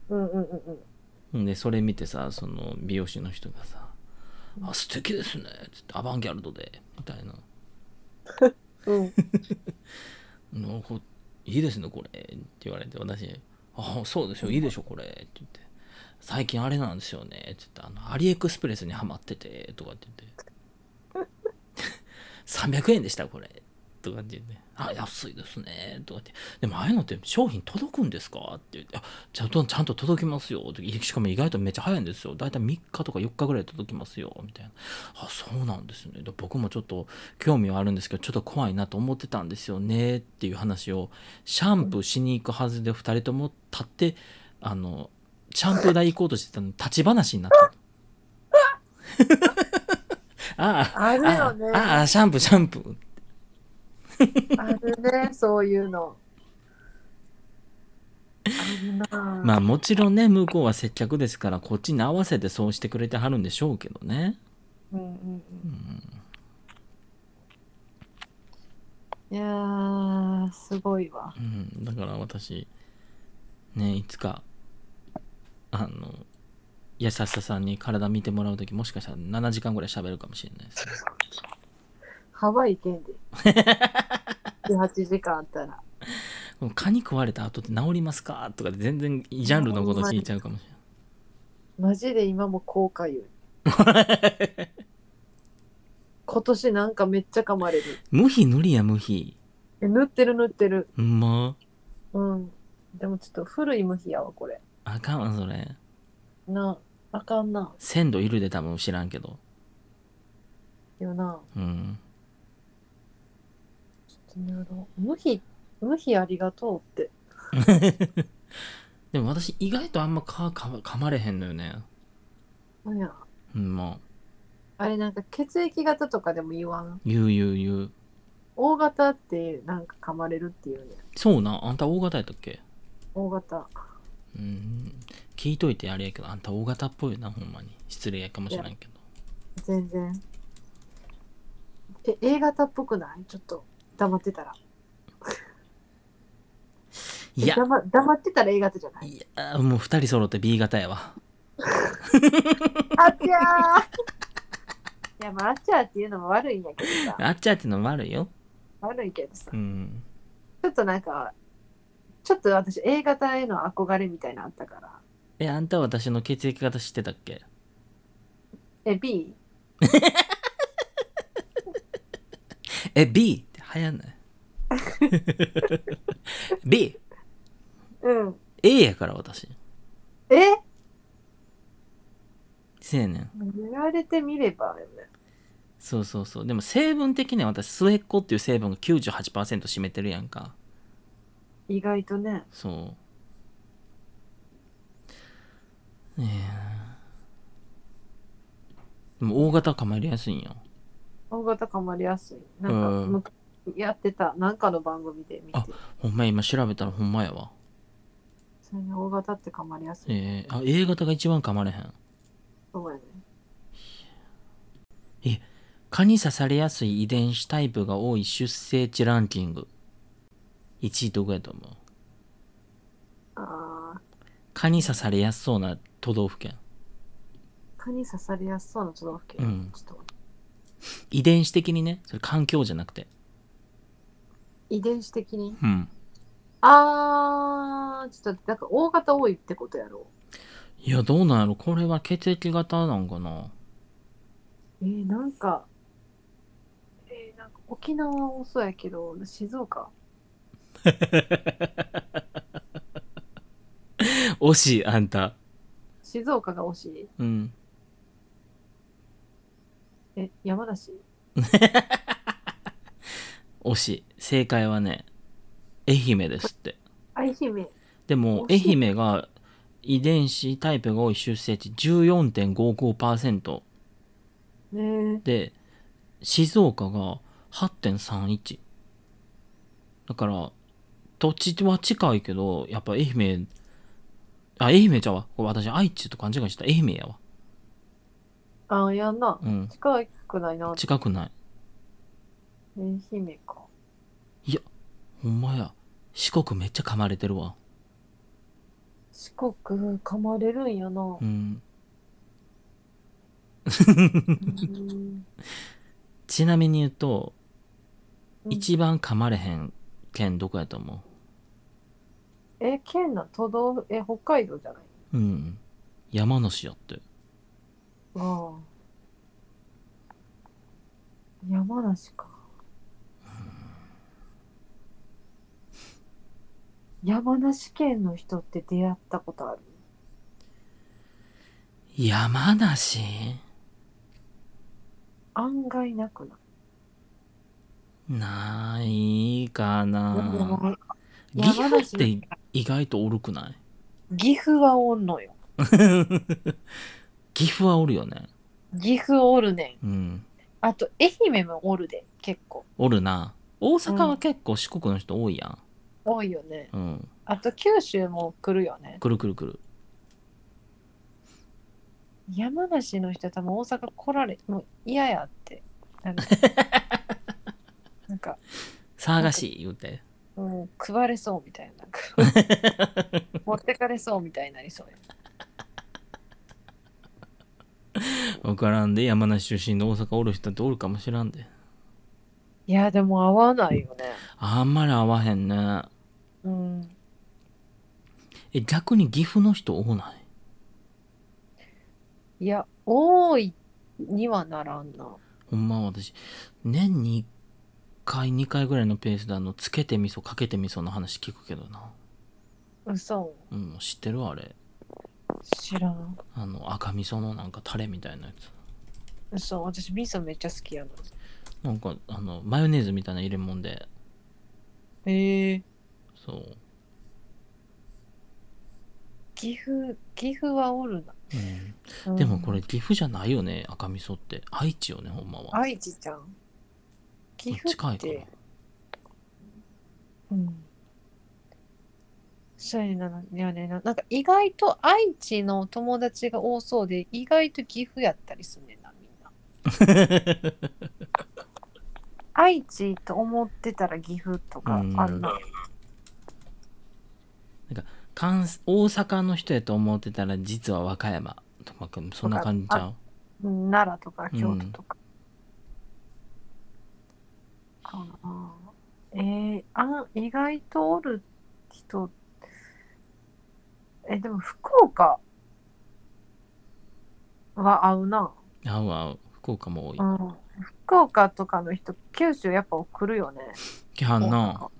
うんうんうんうん。
んでそれ見てさその美容師の人がさ「あ素敵ですね」つって「アバンギャルドで」みたいな
うん、
「のこいいですねこれ」って言われて私「あそうでしょいいでしょこれ」って言って「最近あれなんですよね」って言ってあの「アリエクスプレスにはまってて」とかって言って「300円でしたこれ」ってとかって言って「あ安いですね」とかって「でもああいうのって商品届くんですか?」って言ってあ「ちゃんとちゃんと届きますよ」ってしかも意外とめっちゃ早いんですよ大体3日とか4日ぐらいで届きますよみたいな「あそうなんですね」で僕もちょっと興味はあるんですけどちょっと怖いなと思ってたんですよねっていう話をシャンプーしに行くはずで2人とも立ってあのシャンプー台行こうとしてたのに立ち話になった。 ああ
ある
あ
よね
ああシャンプーシャンプー
あるねそういうのあるなあ
まあもちろんね向こうは接客ですからこっちに合わせてそうしてくれてはるんでしょうけどね
うんうんうん
うん
いやーすごいわ
うん、だから私ねいつかあの優しささんに体見てもらう時もしかしたら7時間ぐらい喋るかもしれないです、ね、
ハワイ行け んで18時間あったら
この蚊に食われた後って治りますかとかで全然ジャンルのこと聞いちゃうかもし
マジで今も後悔 よ
れない
今年なんかめっちゃ噛まれる
無比無理や無比
え塗ってる塗ってる
うんま
うんでもちょっと古い無比やわこれ
あかんわそれ
なああかんな
鮮度いるで多分知らんけど
よな
うん
ちょっと塗ろう無比無比ありがとうって
でも私意外とあんま蚊か噛まれへんのよね
なんや
うんまあ
あれなんか血液型とかでも言わん
言う言う言う
O 型ってなんか噛まれるっていうね
そうなあんた大型やったっけ
O 型
うん聞いといてあれやけどあんた大型っぽいなほんまに失礼やかもしれんけど
全然え A 型っぽくないちょっと黙ってたら
いや
黙黙ってたら A 型じゃない
いやもう2人揃って B 型やわ
あっちゃーいやまああっちゃーっていうのも悪いんやけどさ
あっちゃってのも悪いよ
悪いけどさ
うん
ちょっとなんかちょっと私 A 型への憧れみたいなのあったから
えあんた私の血液型知ってたっけ
え B?
え B って流行んない BA
うん
やから私
え
せやねん
言われてみればよね
そうそうそうでも成分的には私末っ子っていう成分が98%占めてるやんか
意外とね
そうねえでも大型構えりやすいんよ
O 型かまりやすいな
うん
んか昔やってたなんかの番組で見て
あほんまや今調べたらほんまやわ
それに O 型ってかまりやすい
えー、あ A 型が一番噛まれへん
そうやね
蚊に刺されやすい遺伝子タイプが多い出生地ランキング1位どこやと思う
ああ
蚊に刺されやすそうな都道府県
蚊に刺されやすそうな都道府県、
うん
ちょっと待って
遺伝子的にねそれ環境じゃなくて
遺伝子的に
うん
あーちょっと待ってなんか O 型多いってことやろ
いやどうなんやろこれは血液型なんかな
えー、なんかえー、なんか沖縄は多そうやけど静岡
惜しいあんた
静岡が惜しい
うん
え山梨
惜しい正解はね愛媛ですって
愛媛
でも
惜
愛
しい
媛が遺伝子タイプが多い出生地14.55%
ね
で静岡が8.31だから土地は近いけどやっぱ愛媛あ愛媛ちゃうわこれ私愛知と勘違いしてた愛媛やわ
あーやんな
うん
近くないな
近くない
愛媛か
ほんまや四国めっちゃ噛まれてるわ
四国噛まれるんや な
う、ん
うん
ちなみに言うと
うん
一番噛まれへん県どこやと思
え県の都道府え北海道じゃないう
うん山梨やって
ああ山梨か。山梨県の人って出会ったことある
山梨
案外なくない
ないかな
山
岐阜っ
梨
て意外とおるくない
岐阜はおんのよ
岐阜はおるよね
岐阜おるねん
うん
あと愛媛もおるで結構
おるな大阪は結構四国の人多いや
多いよね
んうん
あと九州も来るよね
くるくるくる
山梨の人多分大阪来られもう嫌やってなん かなんか、
騒がしい言うて
うん、食われそうみたい ななんか持ってかれそうみたいになりそうや
分からんで山梨出身で大阪おる人っておるかもしらんで
いやでも合わないよね
あんまり合わへんね
うん
え逆に岐阜の人多ない
いや多いにはならんな
ほんま私年に1回2回ぐらいのペースであのつけてみそかけてみその話聞くけどな
嘘
うん知ってるあれ
知らん
あの赤味噌のなんかタレみたいなやつ
嘘私味噌めっちゃ好きやの
なんかあのマヨネーズみたいな入れ物で
へえ
そう、
岐阜岐阜はおるな、
う
うん
ん、でもこれ岐阜じゃないよね赤味噌って愛知よねほんまは
愛知ちゃん岐阜
近
っ
いか
てうんそうやなのやねんななんか意外と愛知の友達が多そうで意外と岐阜やったりすんねんなみんな
な
愛知と思ってたら岐阜とかあんな、
うん関大阪の人やと思ってたら実は和歌山とかそんな感じちゃう
奈良とか京都とか。かなえーあ意外とおる人えでも福岡は合うな、
合う合う福岡も多い
うん、福岡とかの人九州やっぱ来るよね
来はん
なん
な
か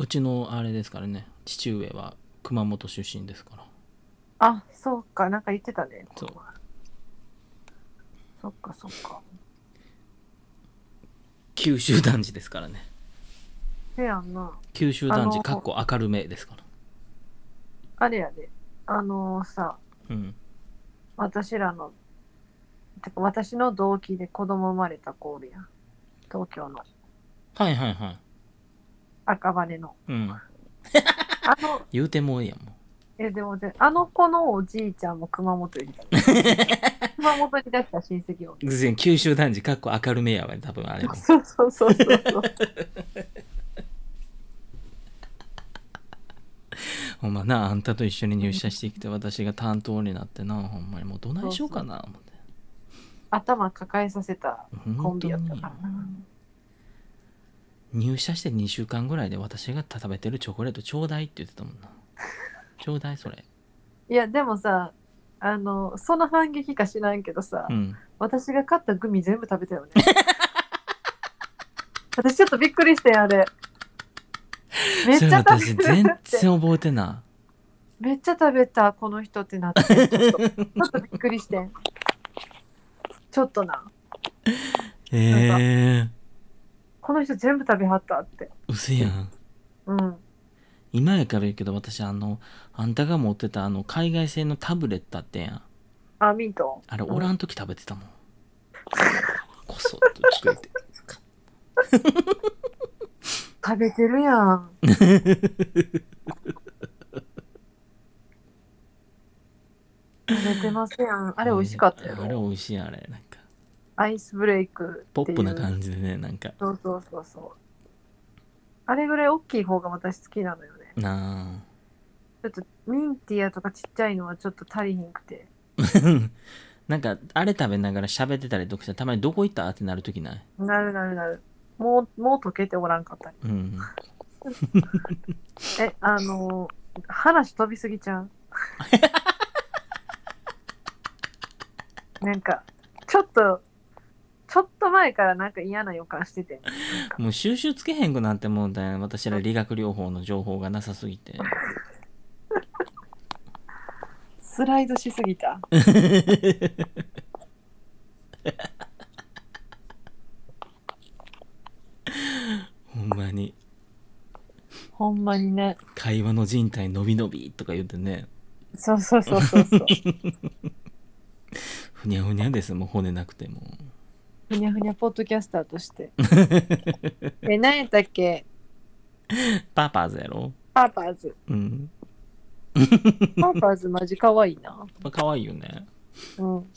うちのあれですからね父上は熊本出身ですから
あそうかなんか言ってたね
そう
そっかそっか
九州男児ですからね
せやんな
九州男
あ
児
の
かっこ明るめですから
あれやであのさ
うん
私らの、てか私の同期で子供生まれた子おるやん。東京の
はいはいはい
赤羽の。
うん
あの、
言うてもええやんも
え、でもね、あの子のおじいちゃんも熊本 にいた。熊本に出した親戚を。
う全然九州男児かっこ明るめやわ多分あ れも
そうそうそうそうそう。
ほんまなあんたと一緒に入社してきて私が担当になってなほんまにもうどないしようかな思って
頭抱えさせたコン
本当
ビやった
に
からな。
入社して2週間ぐらいで私が食べてるチョコレートちょうだいって言ってたもんなちょうだいそれ
いや、でもさ、あの、その反撃か知らんけどさ、
うん
私が買ったグミ全部食べたよね。 私ちょっとびっくりしてん、あれ。めっ
そ
ち
れ
ゃ食べ
私
てる
全
って
然覚えてな
めっちゃ食べたこの人ってなってちょっとちょっとびっくりしてんちょっとない
ええ
この人全部食べはったって
うせやん
うん
今やから言うけど私あのあんたが持ってたあの海外製のタブレットあってんやん
あミント
あれおらん時食べてたもんこそっと作って
食べてるや ん食べてますや んあ
あ
れ美味しかったよ、
あれ美味しいあれなんか
アイスブレイク
ポップな
じ
感じでねなんか
そうそうそうそうあれぐらい大きい方が私好きなのよね
な
ちょっとミンティアとかちっちゃいのはちょっと足りひんくて
あ なんかあれ食べながら喋ってたりとかしたらたまにどこ行ったってなる時ない
なるなるなるもうもう溶けておらんかったり
うん
え、あのー話飛びすぎちゃうなんか、ちょっと、ちょっと前からなんか嫌な予感してて。
もう収集つけへんくなってもうたんや私ら理学療法の情報がなさすぎて
スライドしすぎた。
ほんまに
ほんまにね。
会話の人体伸び伸びとか言ってね
そうそうそうそうそう。
ふにゃふにゃですもう骨なくても
ふにゃふにゃポッドキャスターとして。 え、何やったっけ
パパーズやろ
パーパーズ。
うん
パーパーズマジ可愛いな。
やっぱ可愛いよね
うん。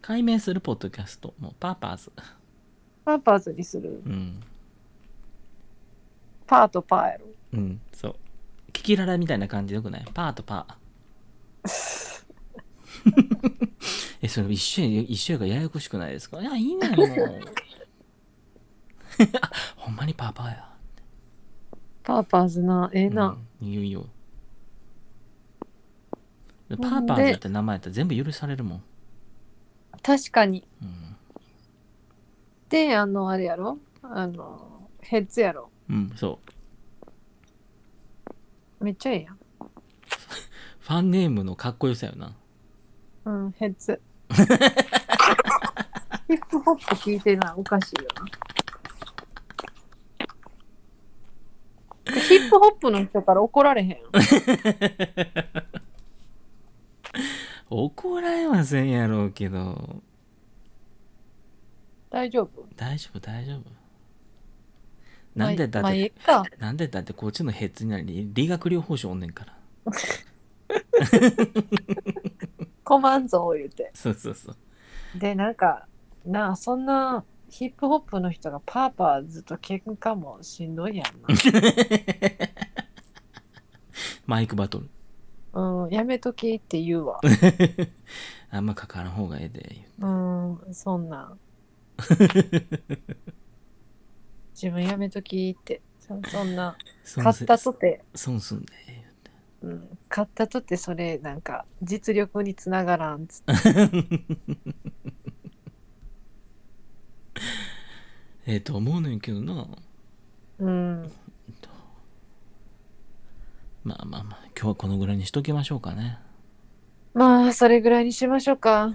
解明するポッドキャストもうパーパーズ
パーパーズにする。
うん
パーとパーやろ。
うんそうキキララみたいな感じよくないパーとパー えそれ一緒や一緒やからややこしくないですかいやいいねも うあほんまにパーパーや
パーパーズな、ええな。
うん、言うよでパ
ほ
ー
んで
パーズって名前やったら全部許されるもん、
確かに。
うん
で、あの、あれやろあの、ヘッズやろ。
うん、そう
めっちゃええやん。
ファンネームのかっこよさよな
うん、ヘッズ。ヒップホップ聞いてないおかしいよな。ヒップホップの人から怒られへん。
怒られませんやろうけど
大丈夫
大丈夫大丈夫なんでだ
ま
っ
あまあい
て
いか。
なんでだってこっちのヘッズになり理学療法士おんねんから
コマンゾを言うて。
そうそうそう
で、なんか、なあ、そんなヒップホップの人がパーパーずっと喧嘩もしんどいやん
マイクバトル
な。うん、やめときって言うわ。
あんまかからん方がええで
うん、そんなん。自分やめときって。そそんな、
損
買ったとて、
損すんで
うん、買ったとてそれ、なんか、実力につながらんっつって。
ええと思うねんけどな
うん、
まあまあまあ今日はこのぐらいにしときましょうかね
まあ、それぐらいにしましょうか。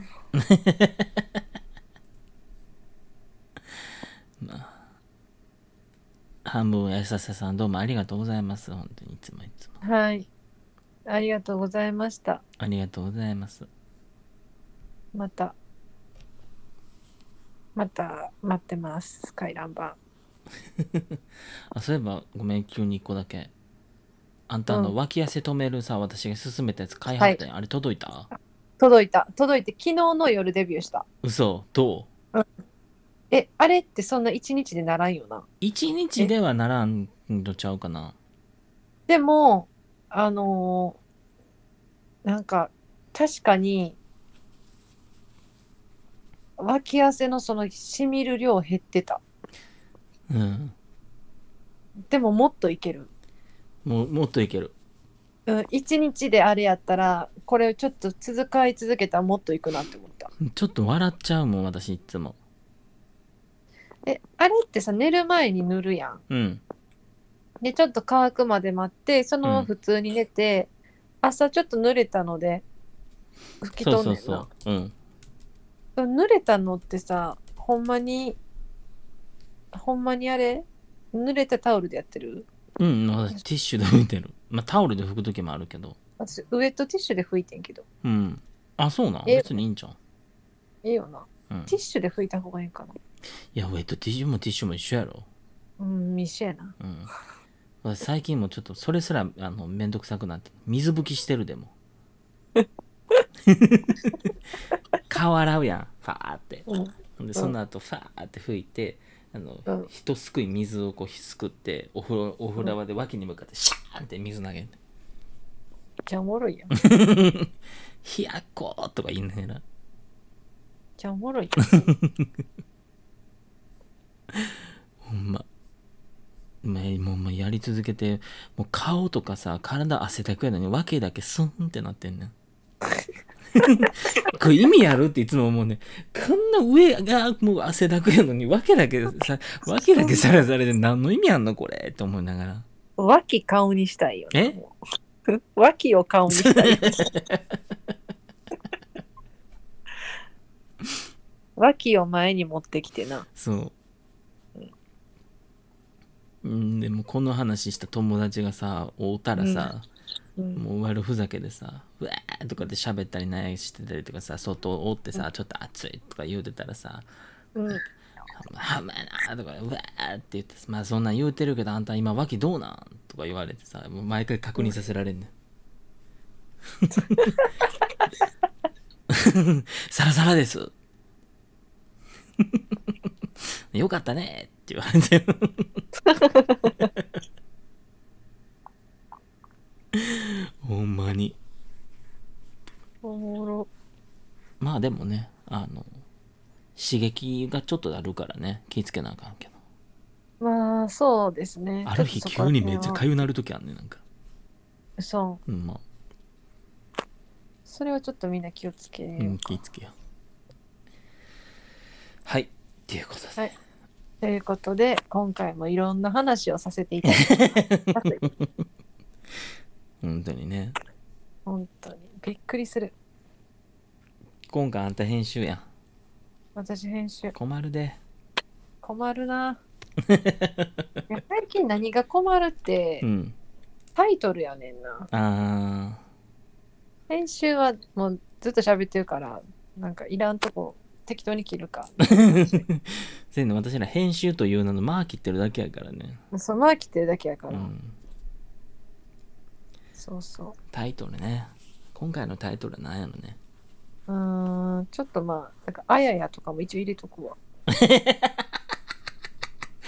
半分やさせさんどうもありがとうございます本当にいつもいつも
はい。ありがとうございました。
ありがとうございます
また。また待ってます。回覧板。
あそういえばごめん急に1個だけあんたあの、
うん
脇汗止めるさ私が勧めたやつ買いはったやん、あれ届いた
届いた。届いて、昨日の夜デビューした。
嘘ど
え、あれってそんな1日でならんよな。
う1日ではならんのちゃうかな
でも、あのーなんか、確かに、脇汗のそのしみる量減ってた。
うん
でももっといける。
もうもっといける
うん、1日であれやったら、これをちょっと続かい続けたらもっといくなって思った。
ちょっと笑っちゃうもん私いつも
え、あれってさ、寝る前に塗るやん。
うん
で、ちょっと乾くまで待って、そのまま普通に寝て、朝ちょっと濡れたので、拭き
そう
取ん
そ
ねん
う
な。
そううん
濡れたのってさ、ほんまに、ほんまにあれ濡れたタオルでやってる
うん私ティッシュで拭いてるまあタオルで拭く時もあるけど
私、ウエットティッシュで拭いてんけど。
うんあそうなん
え
別にいいんじゃん、
いいよな。
うん、
ティッシュで拭いた方がいいんかな。
いやウェットティッシュもティッシュも一緒やろ
うん、一緒やな。
うん私最近もちょっとそれすらあのめんどくさくなって水拭きしてるで も顔洗うやんファーって
うん。
ほんでその後ファーって拭いてあの、
うん
一すくい水をこうひすくってお風呂お風呂場で脇に向かってシャーンって水投げん
じゃおもろ いやん。
ね ひやっこーとか言いながら
じゃおもろいやん。
ほんままあもうもうやり続けてもう顔とかさ体汗だくやのに脇だけスンってなってんねん これ意味あるっていつも思うね。こんな上がもう汗だくやのに、わけだけさ、わけだけさらされて何の意味あんのこれって思いながら。
脇顔にしたいよ
え
ね。もう 脇を顔にしたい。 脇を前に持ってきてな。
そう。うん、でもこの話した友達がさ、会うたらさ、
うん、
もう悪ふざけでさ、うわーとかで喋ったりなんやしてたりとかさ、外を追ってさ、ちょっと暑いとか言うてたらさ、
うん、
はまやなとか、うわーって言って、まあそんなん言うてるけど、あんた今脇どうなんとか言われてさ、もう毎回確認させられんねん。サラサラです。 よかったねって言われて。 ほんまに。
おもろ。
まあでもね、あの、刺激がちょっとあるからね、気ぃつけなあかんけど。
まあそうですね。
ある日
ちょっとそこ
急
ら
に
辺
めっちゃ
は
かゆなるときあんねんなんか。
そう。
うん、まあ、
それはちょっとみんな気をつけよ
う
う。
ん、気ぃつけよう。はい、っていうことで。
はいということで今回もいろんな話をさせていただきま した。
本当にね。
本当にびっくりする。
今回あんた編集やん。
私編集
困るで。
困る な。いや最近何が困るって
うん。
タイトルやねんな。
あ
編集はもうずっと喋ってるからなんかいらんとこ適当に切る か。
ー。せんの私ら編集という名のマー切ってるだけやからね。
そのまま切ってるだけやか
う
ら。
ん。
そうそ
タイトルね。今回のタイトルは何やろね。
う。うーんちょっとまあなんかあややとかも一応入れと くわ。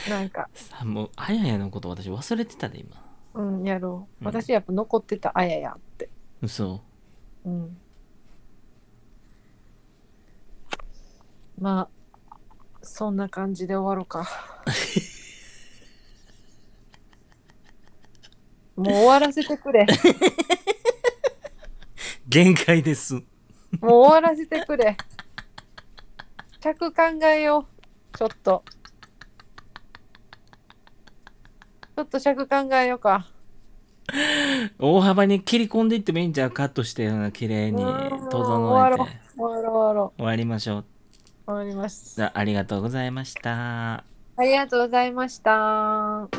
なんか
さもう、あややのこと私忘れてたで、今。
うんやろう。
うん
私やっぱ残ってたあややって。
嘘。
うん。まあ、そんな感じで終わろう か。もう終わらせてくれ。
限界です。
もう終わらせてくれ。着考えよう。ちょっと。ちょっと尺考えようか。
大幅に切り込んでいってもいいんちゃうカットして綺麗に
うーん
整え
終わろう
て
終わろう終わろ
終わりましょう
う。終わります。
あありがとうございました
ありがとうございました。